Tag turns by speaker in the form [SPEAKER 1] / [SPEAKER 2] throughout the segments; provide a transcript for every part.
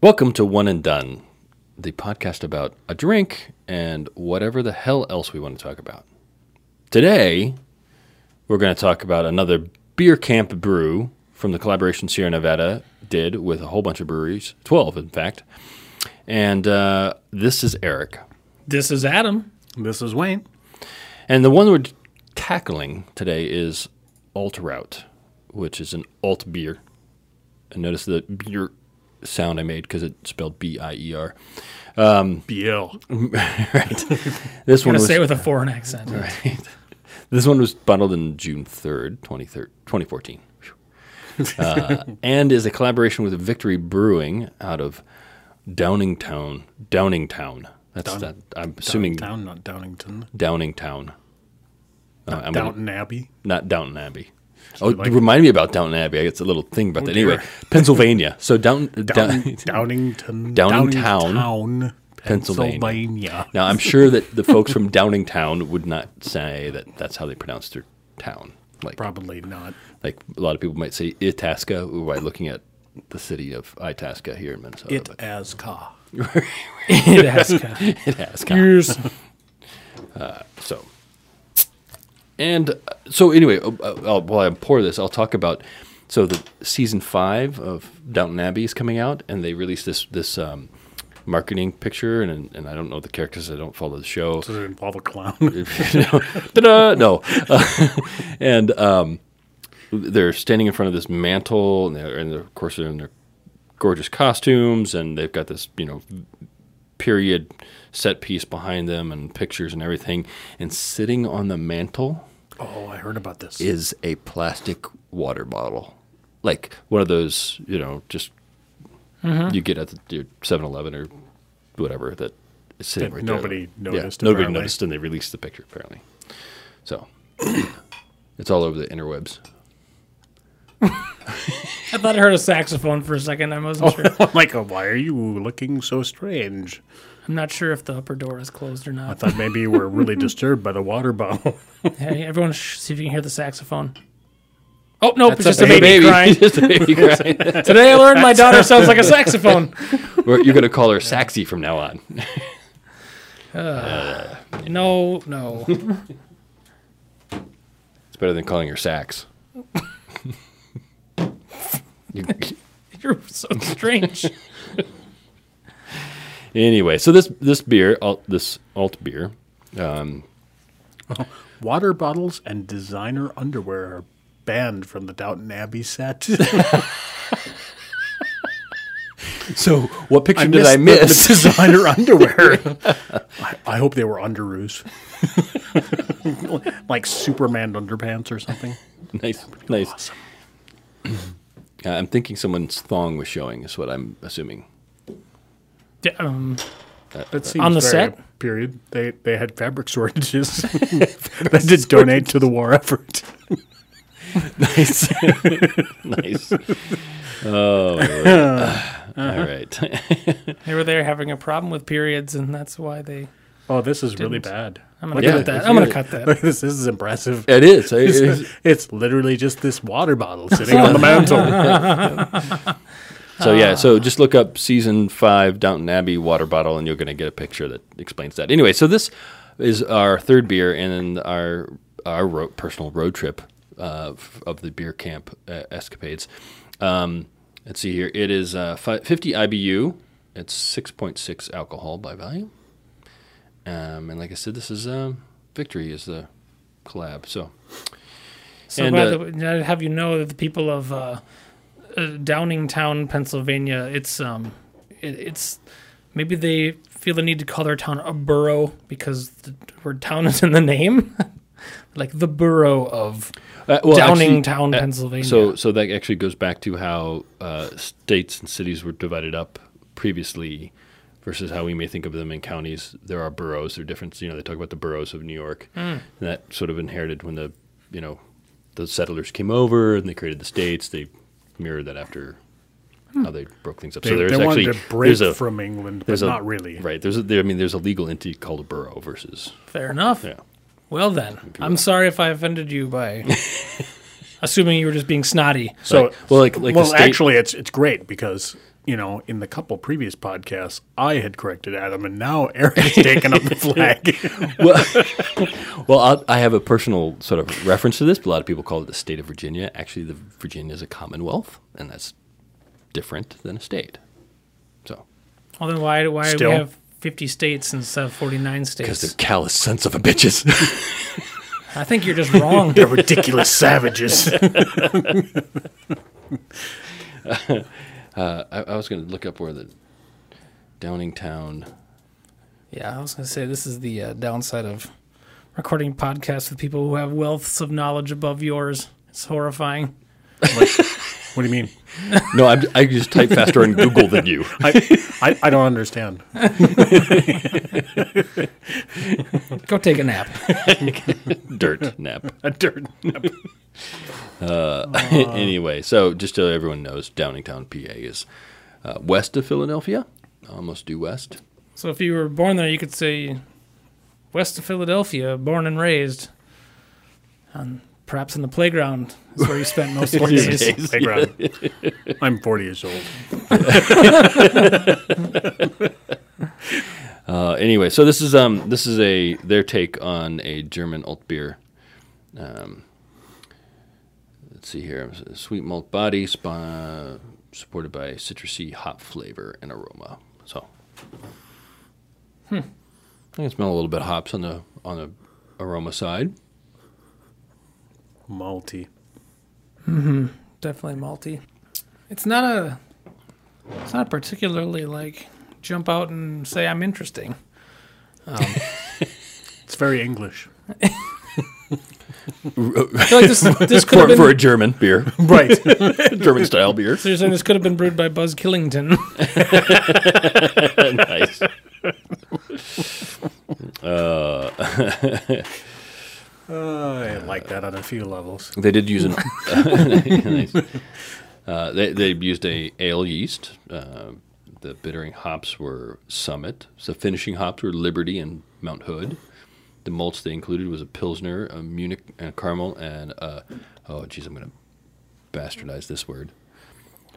[SPEAKER 1] Welcome to One and Done, the podcast about a drink and whatever the hell else we want to talk about. Today, we're going to talk about another beer camp brew from the collaboration Sierra Nevada did with a whole bunch of breweries, 12 in fact. And uh, this is Eric.
[SPEAKER 2] This is Adam.
[SPEAKER 3] This is Wayne.
[SPEAKER 1] And the one we're tackling today is Alt Route, which is an alt beer. And notice the beer sound I made because it spelled B I E R.
[SPEAKER 3] BL.
[SPEAKER 1] Right. this
[SPEAKER 2] I'm
[SPEAKER 1] one
[SPEAKER 2] gonna
[SPEAKER 1] was
[SPEAKER 2] say it with a foreign accent.
[SPEAKER 1] right. This one was bundled in June third, 2014. Phew. Uh, and is a collaboration with Victory Brewing out of Downingtown. Downingtown. That's that. I'm assuming
[SPEAKER 3] Down, not Downington.
[SPEAKER 1] Downingtown. Uh, I'm gonna-
[SPEAKER 3] Downton Abbey.
[SPEAKER 1] not Downton Abbey. Oh,
[SPEAKER 3] like-
[SPEAKER 1] remind me about Downton Abbey. It's a little thing about that. Anyway, Pennsylvania. So down, down,
[SPEAKER 3] Down,
[SPEAKER 1] Downingtown,
[SPEAKER 3] Downington. Downingtown,
[SPEAKER 1] Pennsylvania.
[SPEAKER 3] Pennsylvania.
[SPEAKER 1] now I'm sure that the folks from Downingtown would not say that that's how they pronounce their town. Like
[SPEAKER 3] Probably not.
[SPEAKER 1] like a lot of people might say Itasca by looking at the city of Itasca here in Minnesota.
[SPEAKER 3] It as ca.
[SPEAKER 2] It has kind
[SPEAKER 1] but Itasca.
[SPEAKER 2] Here's
[SPEAKER 1] So, and uh, so anyway, uh, uh, I'll, while I pour this, I'll talk about so the season five of Downton Abbey is coming out, and they released this this um, marketing picture, and and I don't know the characters, I don't follow the show.
[SPEAKER 3] Does it involve a clown?
[SPEAKER 1] no, Ta-da! No. Uh, and um, they're standing in front of this mantle, and, they're, and they're- of course they're in their gorgeous costumes, and they've got this you know period set piece behind them, and pictures and everything. And sitting on the mantle
[SPEAKER 3] oh, I heard about this.
[SPEAKER 1] is a plastic water bottle, like one of those you know just
[SPEAKER 2] Mm-hmm.
[SPEAKER 1] you get at the, your 7-Eleven or whatever that is sitting
[SPEAKER 3] That
[SPEAKER 1] right there.
[SPEAKER 3] nobody noticed,
[SPEAKER 1] nobody
[SPEAKER 3] apparently.
[SPEAKER 1] noticed, and they released the picture apparently. So it's all over the interwebs.
[SPEAKER 2] I thought I heard a saxophone for a second. I wasn't sure.
[SPEAKER 3] Michael, "Oh, why are you looking so strange?
[SPEAKER 2] I'm not sure if the upper door is closed or
[SPEAKER 3] I
[SPEAKER 2] not.
[SPEAKER 3] thought maybe you were really disturbed by the water bottle.
[SPEAKER 2] Hey, everyone, sh- see if you can hear the saxophone. Oh nope, it's
[SPEAKER 1] That's
[SPEAKER 2] just a baby, crying.
[SPEAKER 1] Just a baby crying.
[SPEAKER 2] Today I learned my daughter sounds like a saxophone.
[SPEAKER 1] Or You're gonna call her Saxy from now on.
[SPEAKER 2] No, no.
[SPEAKER 1] It's better than calling her Sax. You-
[SPEAKER 2] You're so strange.
[SPEAKER 1] anyway, so this this beer, alt, this alt beer,
[SPEAKER 3] Water bottles and designer underwear are banned from the Downton Abbey set.
[SPEAKER 1] So what picture did
[SPEAKER 3] missed
[SPEAKER 1] I
[SPEAKER 3] the-
[SPEAKER 1] miss?
[SPEAKER 3] The, designer underwear. I, I hope they were underoos. like Superman underpants or something.
[SPEAKER 1] nice, nice. Uh, I'm thinking someone's thong was showing. Is what I'm assuming.
[SPEAKER 2] D- um,
[SPEAKER 3] That seems
[SPEAKER 2] On the
[SPEAKER 3] very
[SPEAKER 2] set?
[SPEAKER 3] period. They they had fabric shortages. they did donate to the war effort.
[SPEAKER 1] Nice, nice. Oh, my word. all right.
[SPEAKER 2] they were there having a problem with periods, and that's why they.
[SPEAKER 3] Oh, this is really bad.
[SPEAKER 2] I'm gonna
[SPEAKER 1] Yeah,
[SPEAKER 2] cut that.
[SPEAKER 1] it's
[SPEAKER 2] I'm gonna
[SPEAKER 1] really-
[SPEAKER 2] cut that.
[SPEAKER 3] Look, this, this is impressive.
[SPEAKER 1] It is. It
[SPEAKER 3] It's,
[SPEAKER 1] is.
[SPEAKER 3] it's literally just this water bottle sitting on the mantle.
[SPEAKER 1] So yeah. So just look up season five Downton Abbey water bottle, and you're going to get a picture that explains that. Anyway, so this is our third beer and then our our ro- personal road trip uh, f- of the beer camp uh, escapades. Um, let's see here. It is uh, fi- 50 IBU. It's 6.6 alcohol by volume. Um, and like I said, this is um, Victory is the collab. So
[SPEAKER 2] So,
[SPEAKER 1] And,
[SPEAKER 2] by
[SPEAKER 1] uh,
[SPEAKER 2] the way, I'd have you know that the people of uh, uh, Downingtown, Pennsylvania, it's um, it, it's maybe they feel the need to call their town a borough because the word town is in the name, like the borough of
[SPEAKER 1] Uh, well,
[SPEAKER 2] Downingtown,
[SPEAKER 1] uh,
[SPEAKER 2] Pennsylvania.
[SPEAKER 1] So, so that actually goes back to how uh, states and cities were divided up previously, versus how we may think of them in counties. There are boroughs. There are different. You know, they talk about the boroughs of New York,
[SPEAKER 3] Hmm.
[SPEAKER 1] and that sort of inherited when the you know the settlers came over and they created the states. They mirrored that after how they broke things up.
[SPEAKER 3] They,
[SPEAKER 1] so there's
[SPEAKER 3] they
[SPEAKER 1] actually
[SPEAKER 3] wanted to break
[SPEAKER 1] there's a
[SPEAKER 3] from England, but
[SPEAKER 1] there's a-
[SPEAKER 3] not really.
[SPEAKER 1] right. There's a, there, I mean there's a legal entity called a borough versus
[SPEAKER 2] fair enough.
[SPEAKER 1] yeah.
[SPEAKER 2] Well then, I'm sorry if I offended you by assuming you were just being snotty.
[SPEAKER 3] So
[SPEAKER 1] Like- well, like- like the
[SPEAKER 3] well,
[SPEAKER 1] state-
[SPEAKER 3] actually, it's it's great because you know, in the couple previous podcasts, I had corrected Adam, and now Eric has taken up the flag.
[SPEAKER 1] well, well I'll, I have a personal sort of reference to this. But a lot of people call it the state of Virginia. Actually, the Virginia is a commonwealth, and that's different than a state. So,
[SPEAKER 2] Well, then why why
[SPEAKER 3] Still.
[SPEAKER 2] we have 50 states instead of 49
[SPEAKER 1] because they're
[SPEAKER 2] states?
[SPEAKER 1] callous sons of a bitches.
[SPEAKER 2] I think you're just wrong.
[SPEAKER 3] They're ridiculous savages.
[SPEAKER 1] I, I was going to look up where the Downingtown.
[SPEAKER 2] yeah, I was going to say this is the uh, downside of recording podcasts with people who have wealths of knowledge above yours. It's horrifying.
[SPEAKER 3] What do you mean?
[SPEAKER 1] No, I, I just type faster on Google than you.
[SPEAKER 3] I, I, I don't understand.
[SPEAKER 2] Go take a nap.
[SPEAKER 1] Dirt nap.
[SPEAKER 3] A dirt.
[SPEAKER 1] anyway, so just so everyone knows, Downingtown, PA is uh, west of Philadelphia, almost due west.
[SPEAKER 2] So if you were born there, you could say west of Philadelphia, born and raised, and perhaps in the playground is where you spent most of your
[SPEAKER 1] Yeah.
[SPEAKER 2] days.
[SPEAKER 1] Days.
[SPEAKER 3] Playground. I'm 40 years old.
[SPEAKER 1] Uh, anyway, so this is um this is a their take on a German alt beer. Um, let's see here, sweet malt body, spa, supported by citrusy hop flavor and aroma. So, I can smell a little bit of hops on the on the aroma side.
[SPEAKER 3] Malty.
[SPEAKER 2] Definitely malty. It's not a. It's not particularly like jump out and say I'm interesting.
[SPEAKER 3] It's very English.
[SPEAKER 2] I feel like this this could have
[SPEAKER 1] For,
[SPEAKER 2] been.
[SPEAKER 1] for a German beer,
[SPEAKER 3] Right.
[SPEAKER 1] German style beer.
[SPEAKER 2] so you're saying this could have been brewed by Buzz Killington?
[SPEAKER 1] nice.
[SPEAKER 3] I like that on a few levels.
[SPEAKER 1] They did use an. nice. uh, they they used a ale yeast. Uh, the bittering hops were Summit. The finishing hops were Liberty and Mount Hood. The malts they included was a Pilsner, a Munich, and a Carmel, and a, oh geez, I'm gonna bastardize this word.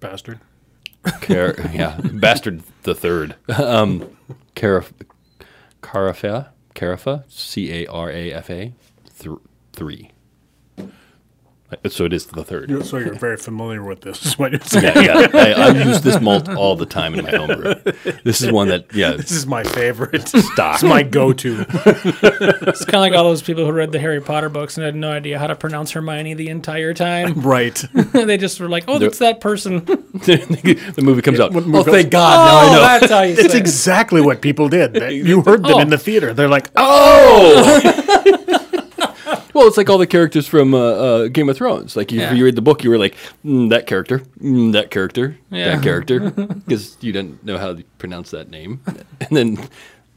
[SPEAKER 3] Bastard.
[SPEAKER 1] Car- yeah, bastard the third. Um, Caraf- Carafa, Carafa, C A R A F A, th- three. Uh, So it is the third.
[SPEAKER 3] You're- So you're very familiar with this. is what you're saying.
[SPEAKER 1] Yeah, yeah. I, I use this malt all the time in my homebrew. This is one that, yeah,
[SPEAKER 3] This is my favorite. It's my go-to.
[SPEAKER 2] it's kind of like all those people who read the Harry Potter books and had no idea how to pronounce Hermione the entire time.
[SPEAKER 3] Right.
[SPEAKER 2] they just were like, "Oh, that's that person."
[SPEAKER 1] the movie comes out.
[SPEAKER 3] What
[SPEAKER 1] Oh,
[SPEAKER 3] movie-
[SPEAKER 1] thank God!
[SPEAKER 2] oh,
[SPEAKER 1] now I know.
[SPEAKER 2] that's how you
[SPEAKER 3] Ah, It's
[SPEAKER 2] say. it.
[SPEAKER 3] exactly what people did. They- You heard them
[SPEAKER 2] Oh.
[SPEAKER 3] in the theater. They're like, oh,
[SPEAKER 1] Oh. Well, it's like all the characters from uh, uh, Game of Thrones. Like you,
[SPEAKER 2] Yeah.
[SPEAKER 1] you read the book, you were like mm, that character, mm, that character,
[SPEAKER 2] Yeah.
[SPEAKER 1] that character, because you didn't know how to pronounce that name. And then,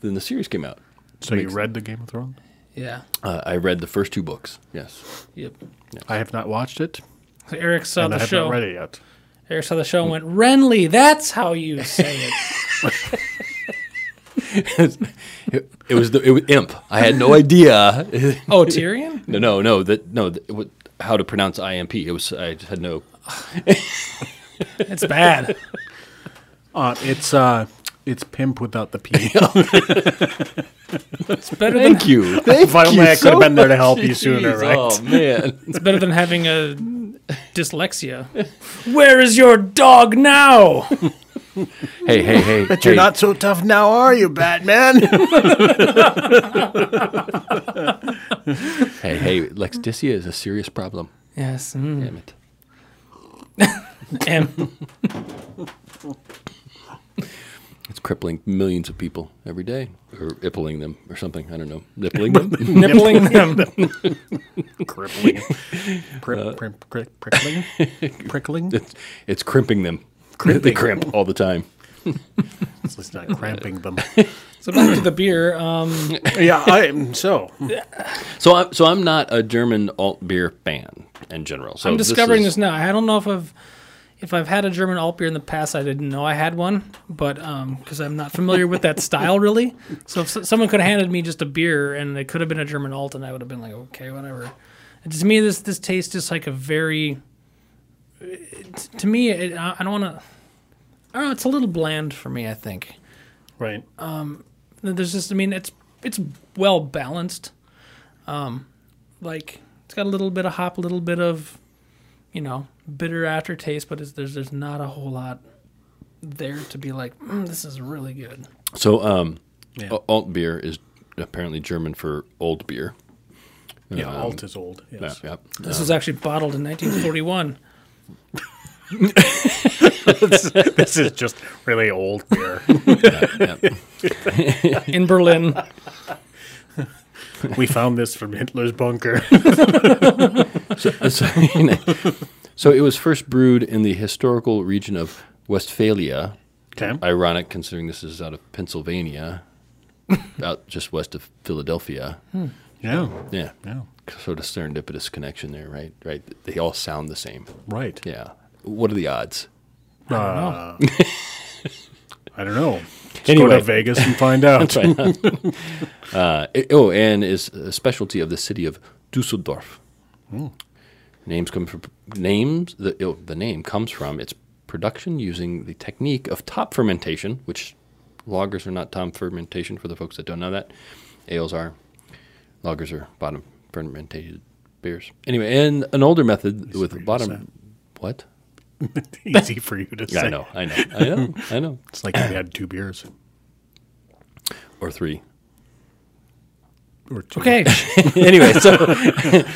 [SPEAKER 1] then the series came out.
[SPEAKER 3] so you read the Game of Thrones?
[SPEAKER 2] yeah.
[SPEAKER 1] Uh, I read the first two books. Yes,
[SPEAKER 2] Yep.
[SPEAKER 3] I have not watched it,
[SPEAKER 2] So Eric saw
[SPEAKER 3] and I
[SPEAKER 2] the
[SPEAKER 3] have
[SPEAKER 2] show.
[SPEAKER 3] not read it yet.
[SPEAKER 2] Eric saw the show and went, "Renly, that's how you say it."
[SPEAKER 1] it, it was the it was Imp. I had no idea.
[SPEAKER 2] oh, Tyrion.
[SPEAKER 1] no, no, no. That no. That, it, wa- how to pronounce IMP? It was I had no.
[SPEAKER 2] It's bad.
[SPEAKER 3] Uh, it's uh, it's pimp without the p.
[SPEAKER 2] It's better than
[SPEAKER 1] Thank you. Thank
[SPEAKER 3] If only
[SPEAKER 1] you
[SPEAKER 3] I could
[SPEAKER 1] so
[SPEAKER 3] have been there to
[SPEAKER 1] much.
[SPEAKER 3] help you sooner,
[SPEAKER 1] Jeez,
[SPEAKER 3] right?
[SPEAKER 1] Oh man.
[SPEAKER 2] It's better than having a dyslexia. Where is your dog now?
[SPEAKER 1] Hey, hey, hey. But
[SPEAKER 3] You're not so tough now, are you, Batman?
[SPEAKER 1] Hey, hey, Lexdicia is a serious problem.
[SPEAKER 2] Yes. Mm.
[SPEAKER 1] Damn it.
[SPEAKER 2] Em.
[SPEAKER 1] It's crippling millions of people every day, or ippling them, or something. I don't know. Nippling them?
[SPEAKER 2] Nippling them.
[SPEAKER 3] crippling,
[SPEAKER 1] Uh.
[SPEAKER 3] Crimp, crimp, cri- prickling, prickling.
[SPEAKER 1] It's, it's crimping them. They
[SPEAKER 3] Crimping.
[SPEAKER 1] crimp all the time.
[SPEAKER 3] It's just not cramping them.
[SPEAKER 2] So back to the beer. Um,
[SPEAKER 3] yeah, I am so.
[SPEAKER 1] So I'm, so I'm not a German alt beer fan in general. So
[SPEAKER 2] I'm
[SPEAKER 1] this
[SPEAKER 2] discovering
[SPEAKER 1] is-
[SPEAKER 2] this, now. I don't know if I've if I've had a German alt beer in the past. I didn't know I had one, but because I'm not familiar with that style really. So if s- someone could have handed me just a beer and it could have been a German alt, and I would have been like, okay, whatever. And to me, this this uh, tastes just like a very. it- To me, it, I I don't want to. I don't know. It's a little bland for me. I think
[SPEAKER 3] Right.
[SPEAKER 1] Um,
[SPEAKER 2] there's just. I mean, it's it's well balanced. Um, like it's got a little bit of hop, a little bit of, you know, bitter aftertaste, but it's, there's there's not a whole lot there to be like, mm, this is really good.
[SPEAKER 1] So, um,
[SPEAKER 3] Yeah.
[SPEAKER 1] a- alt beer is apparently German for old beer.
[SPEAKER 3] yeah. alt is old. Yes.
[SPEAKER 1] Yeah, yeah.
[SPEAKER 2] This was actually bottled in 1941.
[SPEAKER 3] this is just really old beer.
[SPEAKER 2] in Berlin.
[SPEAKER 3] we found this from Hitler's bunker.
[SPEAKER 1] so, you know, so it was first brewed in the historical region of Westphalia.
[SPEAKER 3] Okay.
[SPEAKER 1] Ironic, considering this is out of Pennsylvania, out just west of Philadelphia.
[SPEAKER 3] yeah.
[SPEAKER 1] Yeah,
[SPEAKER 3] Hmm. Yeah.
[SPEAKER 1] sort of serendipitous connection there, right? Right. They all sound the same.
[SPEAKER 3] Right.
[SPEAKER 1] Yeah. What are the odds?
[SPEAKER 3] Uh, I don't know. Just Go
[SPEAKER 1] Anyway.
[SPEAKER 3] to Vegas and find out.
[SPEAKER 1] Uh, it- oh, and is a specialty of the city of Dusseldorf. Names come from names. The oh, the name comes from its production using the technique of top fermentation, which lagers are not top fermentation. For the folks that don't know that, ales are, lagers are bottom fermented beers. Anyway, and an older method
[SPEAKER 3] for you
[SPEAKER 1] with
[SPEAKER 3] to
[SPEAKER 1] bottom. What?
[SPEAKER 3] Easy for you to
[SPEAKER 1] Yeah,
[SPEAKER 3] say.
[SPEAKER 1] I know, I know, I know, I know.
[SPEAKER 3] It's like if you had two beers
[SPEAKER 1] Or three.
[SPEAKER 3] or two.
[SPEAKER 2] Okay,
[SPEAKER 1] anyway, so.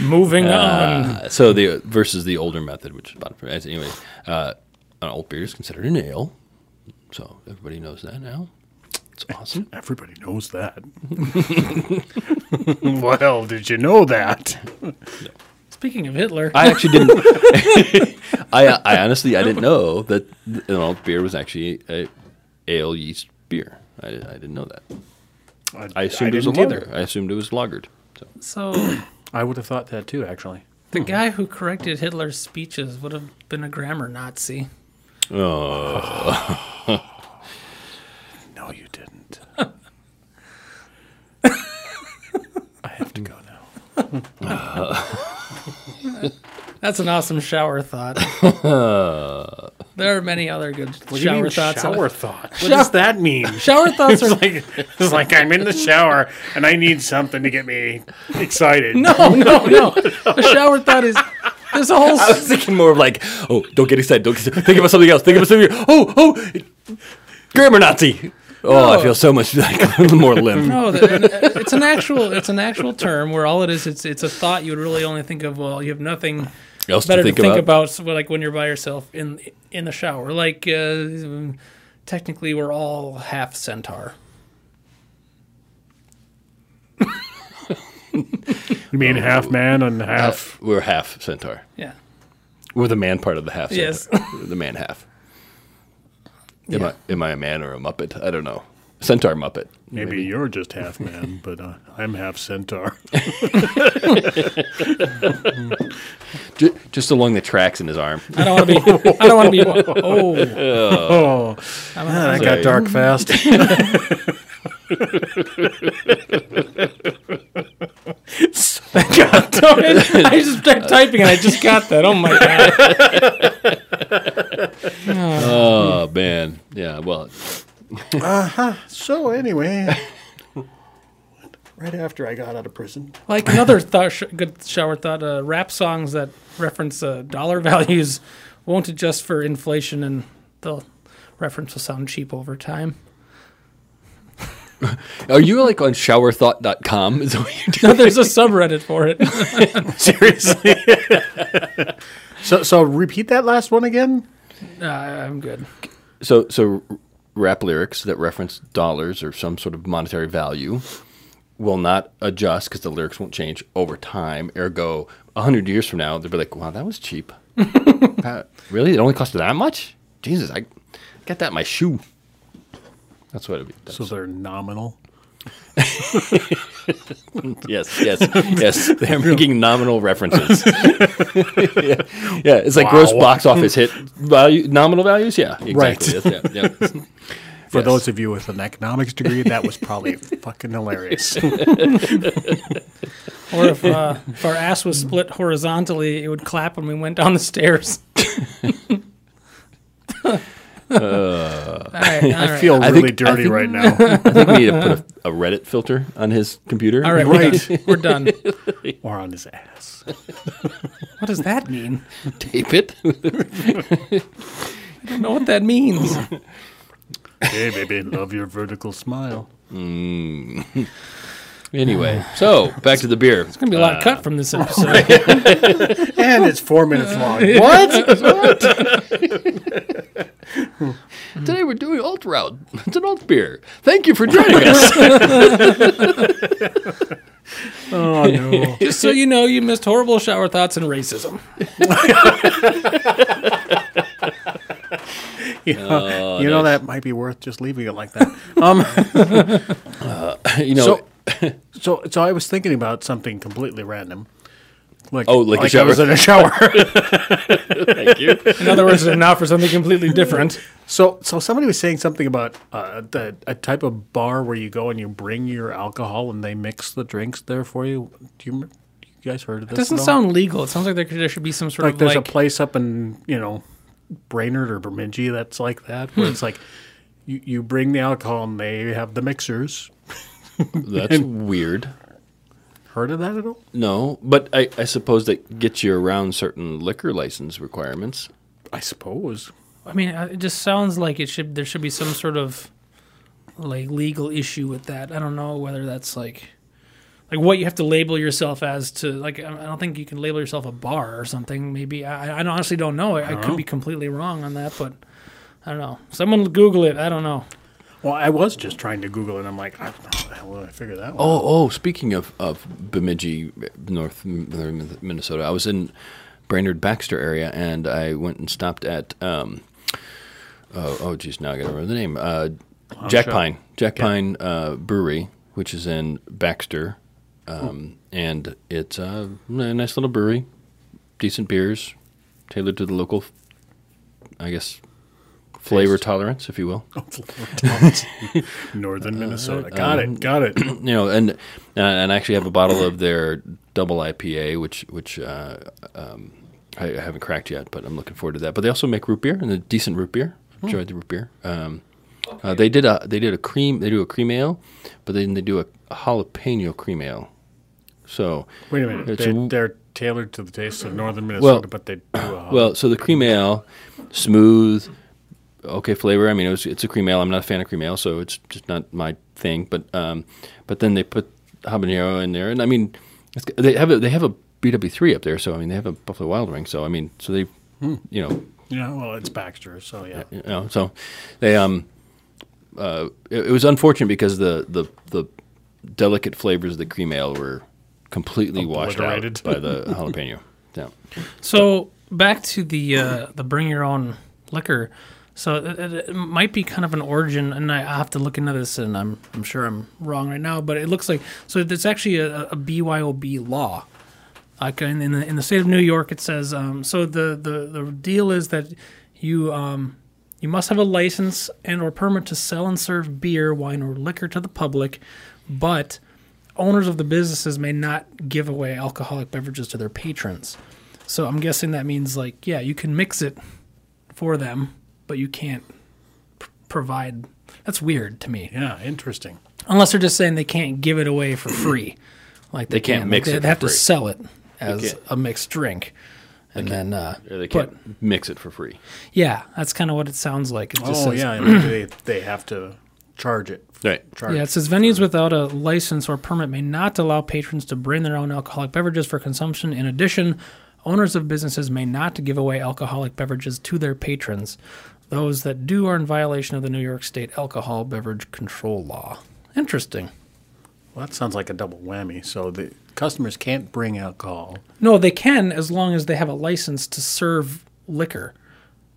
[SPEAKER 2] moving on.
[SPEAKER 1] Uh, so the versus the older method, which is about anyway, uh, an old beer is considered an ale, so everybody knows that now. It's awesome.
[SPEAKER 3] Everybody knows that. well, did you know that?
[SPEAKER 2] Speaking of Hitler,
[SPEAKER 1] I actually didn't. I I honestly I didn't know that an alt beer was actually a ale yeast beer. I, I didn't know that. I assumed it was a
[SPEAKER 3] didn't
[SPEAKER 1] lager. I assumed it was lagered. So
[SPEAKER 2] so
[SPEAKER 3] I would have thought that too, actually.
[SPEAKER 2] the guy who corrected Hitler's speeches would have been a grammar Nazi.
[SPEAKER 3] No, you didn't. I have to go now.
[SPEAKER 2] That's an awesome shower thought. there are many other good shower thoughts.
[SPEAKER 3] Shower thought. What does that mean?
[SPEAKER 2] Shower thoughts are
[SPEAKER 3] It's like it's like I'm in the shower and I need something to get me excited.
[SPEAKER 2] no, no, no. The shower thought is there's a whole.
[SPEAKER 1] I was thinking more of like, oh, don't get excited. Don't get excited. think about something else. Think about something. Else. Oh, oh, grammar Nazi. Oh, I
[SPEAKER 2] No.
[SPEAKER 1] feel so much like more limp.
[SPEAKER 2] No, the- and, uh, it's an actual it's an actual term where all it is it's it's a thought you would really only think of. Well, you have nothing
[SPEAKER 1] Else
[SPEAKER 2] better
[SPEAKER 1] to think,
[SPEAKER 2] about.
[SPEAKER 1] about.
[SPEAKER 2] so, like when you're by yourself in in the shower. Like uh, technically, we're all half centaur.
[SPEAKER 3] You mean half man and half
[SPEAKER 1] We're half centaur.
[SPEAKER 2] Yeah.
[SPEAKER 1] We're the man part of the half. Centaur.
[SPEAKER 2] Yes.
[SPEAKER 1] the man half. Am I am I a man or a muppet? I don't know. Centaur muppet.
[SPEAKER 3] Maybe, you're just half man, but uh, I'm half centaur.
[SPEAKER 1] J- just along the tracks in his arm.
[SPEAKER 2] I don't want to be. I don't want to be. Oh,
[SPEAKER 3] Oh,
[SPEAKER 2] I'm
[SPEAKER 3] that
[SPEAKER 1] got dark
[SPEAKER 3] fast.
[SPEAKER 2] God darn it. I just started typing and I just got that. Oh my god.
[SPEAKER 1] Oh man. Yeah. Well,
[SPEAKER 3] So anyway, right after I got out of prison,
[SPEAKER 2] Like another thought, sh- good shower thought. Uh, rap songs that reference uh, dollar values won't adjust for inflation, and the reference will sound cheap over time.
[SPEAKER 1] are you like on showerthought.com? Is that what you're doing?
[SPEAKER 2] No, there's a subreddit for it.
[SPEAKER 3] seriously. so so repeat that last one again.
[SPEAKER 2] Nah, I'm good.
[SPEAKER 1] So so rap lyrics that reference dollars or some sort of monetary value will not adjust because the lyrics won't change over time. Ergo, hundred years from now, they'll be like, "Wow, that was cheap. Uh, really? It only cost that much? Jesus, I got that in my shoe." That's what it would be.
[SPEAKER 3] So they're nominal.
[SPEAKER 1] Yes, yes, yes. They're making nominal references. yeah. yeah, it's like gross
[SPEAKER 3] Wow.
[SPEAKER 1] box office hit value, nominal values. Yeah, exactly. Right. yeah, yeah.
[SPEAKER 3] For
[SPEAKER 1] Yes.
[SPEAKER 3] those of you with an economics degree, that was probably fucking hilarious.
[SPEAKER 2] Or if, uh, if our ass was split horizontally, it would clap when we went down the stairs. All right, all
[SPEAKER 3] Uh, I
[SPEAKER 2] right.
[SPEAKER 3] feel
[SPEAKER 1] I
[SPEAKER 3] really
[SPEAKER 1] think- I
[SPEAKER 3] dirty
[SPEAKER 1] think-
[SPEAKER 3] right now.
[SPEAKER 1] I think we need to put a, a Reddit filter on his computer.
[SPEAKER 2] All right,
[SPEAKER 3] Right.
[SPEAKER 2] We're, done. we're done.
[SPEAKER 3] or on his ass.
[SPEAKER 2] What does that mean?
[SPEAKER 1] tape it.
[SPEAKER 2] I don't know what that means.
[SPEAKER 3] Hey, baby, love your vertical smile.
[SPEAKER 1] anyway, so back to the beer.
[SPEAKER 2] It's gonna be a
[SPEAKER 3] uh,
[SPEAKER 2] lot cut from this episode.
[SPEAKER 3] And it's four minutes long.
[SPEAKER 1] What? Today we're doing alt route. It's an alt beer. Thank you for joining us.
[SPEAKER 3] Oh, no.
[SPEAKER 2] Just so you know, you missed horrible shower thoughts and racism.
[SPEAKER 3] You know, you
[SPEAKER 1] Oh,
[SPEAKER 3] know that might be worth just leaving it like that. Um,
[SPEAKER 1] you know,
[SPEAKER 3] so, so, so I was thinking about something completely random. Like,
[SPEAKER 1] Oh, like a
[SPEAKER 3] I was
[SPEAKER 1] shower.
[SPEAKER 3] in a shower.
[SPEAKER 1] thank you.
[SPEAKER 2] In other words, they're now for something completely different.
[SPEAKER 3] so, so somebody was saying something about uh, the, a type of bar where you go and you bring your alcohol and they mix the drinks there for you. Do you, you guys heard of this?
[SPEAKER 2] It doesn't
[SPEAKER 3] at all?
[SPEAKER 2] sound legal. It sounds like there, could, there should be some sort
[SPEAKER 3] like
[SPEAKER 2] of
[SPEAKER 3] there's
[SPEAKER 2] like
[SPEAKER 3] a place up in you know Brainerd or Bemidji that's like that where it's like you, you bring the alcohol and they have the mixers.
[SPEAKER 1] That's weird.
[SPEAKER 3] Heard of that at all?
[SPEAKER 1] No, but I, I suppose that gets you around certain liquor license requirements.
[SPEAKER 3] I suppose.
[SPEAKER 2] I mean, uh, it just sounds like it should. There should be some sort of like legal issue with that. I don't know whether that's like like what you have to label yourself as to like. I I don't think you can label yourself a bar or something. Maybe I, I honestly don't know. I, I could be completely wrong on that, but I don't know. Someone Google it. I don't know.
[SPEAKER 3] Well, I was just trying to Google it. and I'm like, I don't know how the hell did I figure that one.
[SPEAKER 1] Oh, oh. Speaking of, of Bemidji, North Min- Minnesota, I was in Brainerd Baxter area, and I went and stopped at. Um, oh, oh, geez, now I got to remember the name. Uh, Jack
[SPEAKER 3] shot.
[SPEAKER 1] Pine, Jack Pine uh, Brewery, which is in Baxter, um, and it's uh, a nice little brewery, decent beers, tailored to the local, I guess, flavor tolerance, if you will.
[SPEAKER 3] Northern Minnesota. Got it. Got it.
[SPEAKER 1] you know, and uh, and I actually have a bottle of their double IPA, which which uh, um, I, I haven't cracked yet, but I'm looking forward to that. But they also make root beer and a decent root beer. Enjoyed the root beer. Um, uh, they did a they did a cream they do a cream ale, but then they do a, jalapeno cream ale. So
[SPEAKER 3] Wait a minute.
[SPEAKER 1] It's
[SPEAKER 3] They,
[SPEAKER 1] a-
[SPEAKER 3] they're tailored to the taste of Northern Minnesota, but they do. Uh,
[SPEAKER 1] well, so the cream ale, smooth, okay flavor. I mean, it was, it's a cream ale. I'm not a fan of cream ale, so it's just not my thing. But um, but then they put habanero in there, and I mean, it's, they have a, they have a BW3 up there, so I mean, they have a Buffalo Wild Wing. So I mean, so they, you know,
[SPEAKER 3] yeah. Well, it's Baxter, so yeah.
[SPEAKER 1] you know, so they um, uh, it, it was unfortunate because the the the delicate flavors of the cream ale were completely washed out
[SPEAKER 3] Obliterated.
[SPEAKER 1] by the jalapeno. Yeah.
[SPEAKER 2] So back to the uh, the bring your own liquor. So it, it, it might be kind of an origin, and I I have to look into this, and I'm I'm sure I'm wrong right now, but it looks like so. It's actually a, a BYOB law. Like in, in the in the state of New York, it says um, so. The, the the deal is that you um, you must have a license and or permit to sell and serve beer, wine, or liquor to the public, but owners of the businesses may not give away alcoholic beverages to their patrons. So I'm guessing that means like, yeah, you can mix it for them, but you can't p- provide. That's weird to me.
[SPEAKER 3] Yeah. Interesting.
[SPEAKER 2] Unless they're just saying they can't give it away for free. Like they,
[SPEAKER 1] can't
[SPEAKER 2] like,
[SPEAKER 1] mix
[SPEAKER 2] they,
[SPEAKER 1] it
[SPEAKER 2] They
[SPEAKER 1] for
[SPEAKER 2] have
[SPEAKER 1] free.
[SPEAKER 2] to sell it as
[SPEAKER 1] can't-
[SPEAKER 2] a mixed drink. And then, uh,
[SPEAKER 1] Or They
[SPEAKER 2] but-
[SPEAKER 1] can't mix it for free.
[SPEAKER 2] yeah, that's kind of what it sounds like. It just
[SPEAKER 3] Oh
[SPEAKER 2] says,
[SPEAKER 3] yeah. I mean, they they have to charge it.
[SPEAKER 1] Right.
[SPEAKER 3] Charge.
[SPEAKER 2] Yeah, it says venues without a license or permit may not allow patrons to bring their own alcoholic beverages for consumption. In addition, owners of businesses may not give away alcoholic beverages to their patrons. Those that do are in violation of the New York State alcohol beverage control law. Interesting.
[SPEAKER 3] Well, that sounds like a double whammy. So the customers can't bring alcohol.
[SPEAKER 2] No, they can as long as they have a license to serve liquor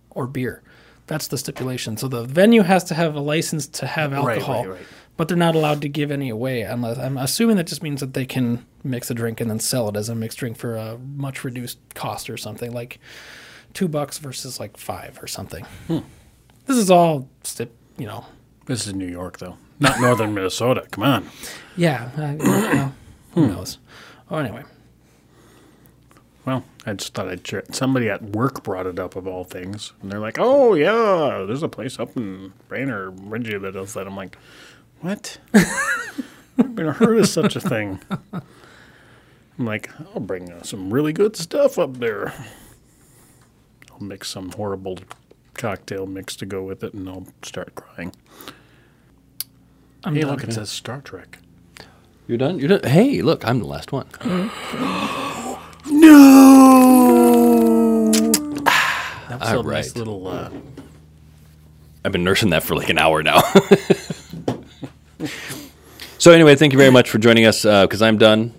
[SPEAKER 2] or beer. That's the stipulation. So the venue has to have a license to have
[SPEAKER 3] right,
[SPEAKER 2] alcohol,
[SPEAKER 3] right.
[SPEAKER 2] but they're not allowed to give any away unless I'm assuming that just means that they can mix a drink and then sell it as a mixed drink for a much reduced cost or something like two bucks versus like five or something.
[SPEAKER 3] Hmm.
[SPEAKER 2] This is all stip, you know.
[SPEAKER 3] This is New York, though, not northern Minnesota. Come on.
[SPEAKER 2] Hmm. Yeah, I- you know, who knows? Oh, anyway,
[SPEAKER 3] Well, I just thought I'd share. it. Somebody at work brought it up of all things, and they're like, "Oh yeah, there's a place up in Brainerd, Ridgely that does that." I'm like, "What? I've never heard of such a thing." I'm like, "I'll bring uh, some really good stuff up there. I'll mix some horrible cocktail mix to go with it, and I'll start crying."
[SPEAKER 2] I'm
[SPEAKER 3] Hey,
[SPEAKER 2] done.
[SPEAKER 3] look, it says Star Trek.
[SPEAKER 1] You're done. You're done. Hey, look, I'm the last one.
[SPEAKER 3] No. That was
[SPEAKER 1] All
[SPEAKER 3] a nice
[SPEAKER 1] right.
[SPEAKER 3] little. Uh,
[SPEAKER 1] I've been nursing that for like an hour now. so anyway, thank you very much for joining us because I'm done.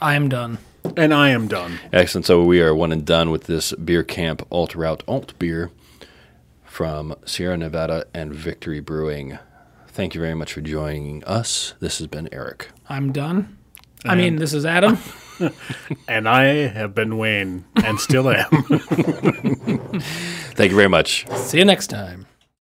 [SPEAKER 2] I am done.
[SPEAKER 3] and I am done.
[SPEAKER 1] Excellent. So we are one and done with this beer camp alt route alt beer from Sierra Nevada and Victory Brewing. Thank you very much for joining us. This has been Eric.
[SPEAKER 2] I'm done. I mean, this is Adam.
[SPEAKER 3] And I have been Wayne, and still am.
[SPEAKER 1] Thank you very much.
[SPEAKER 2] See you next time.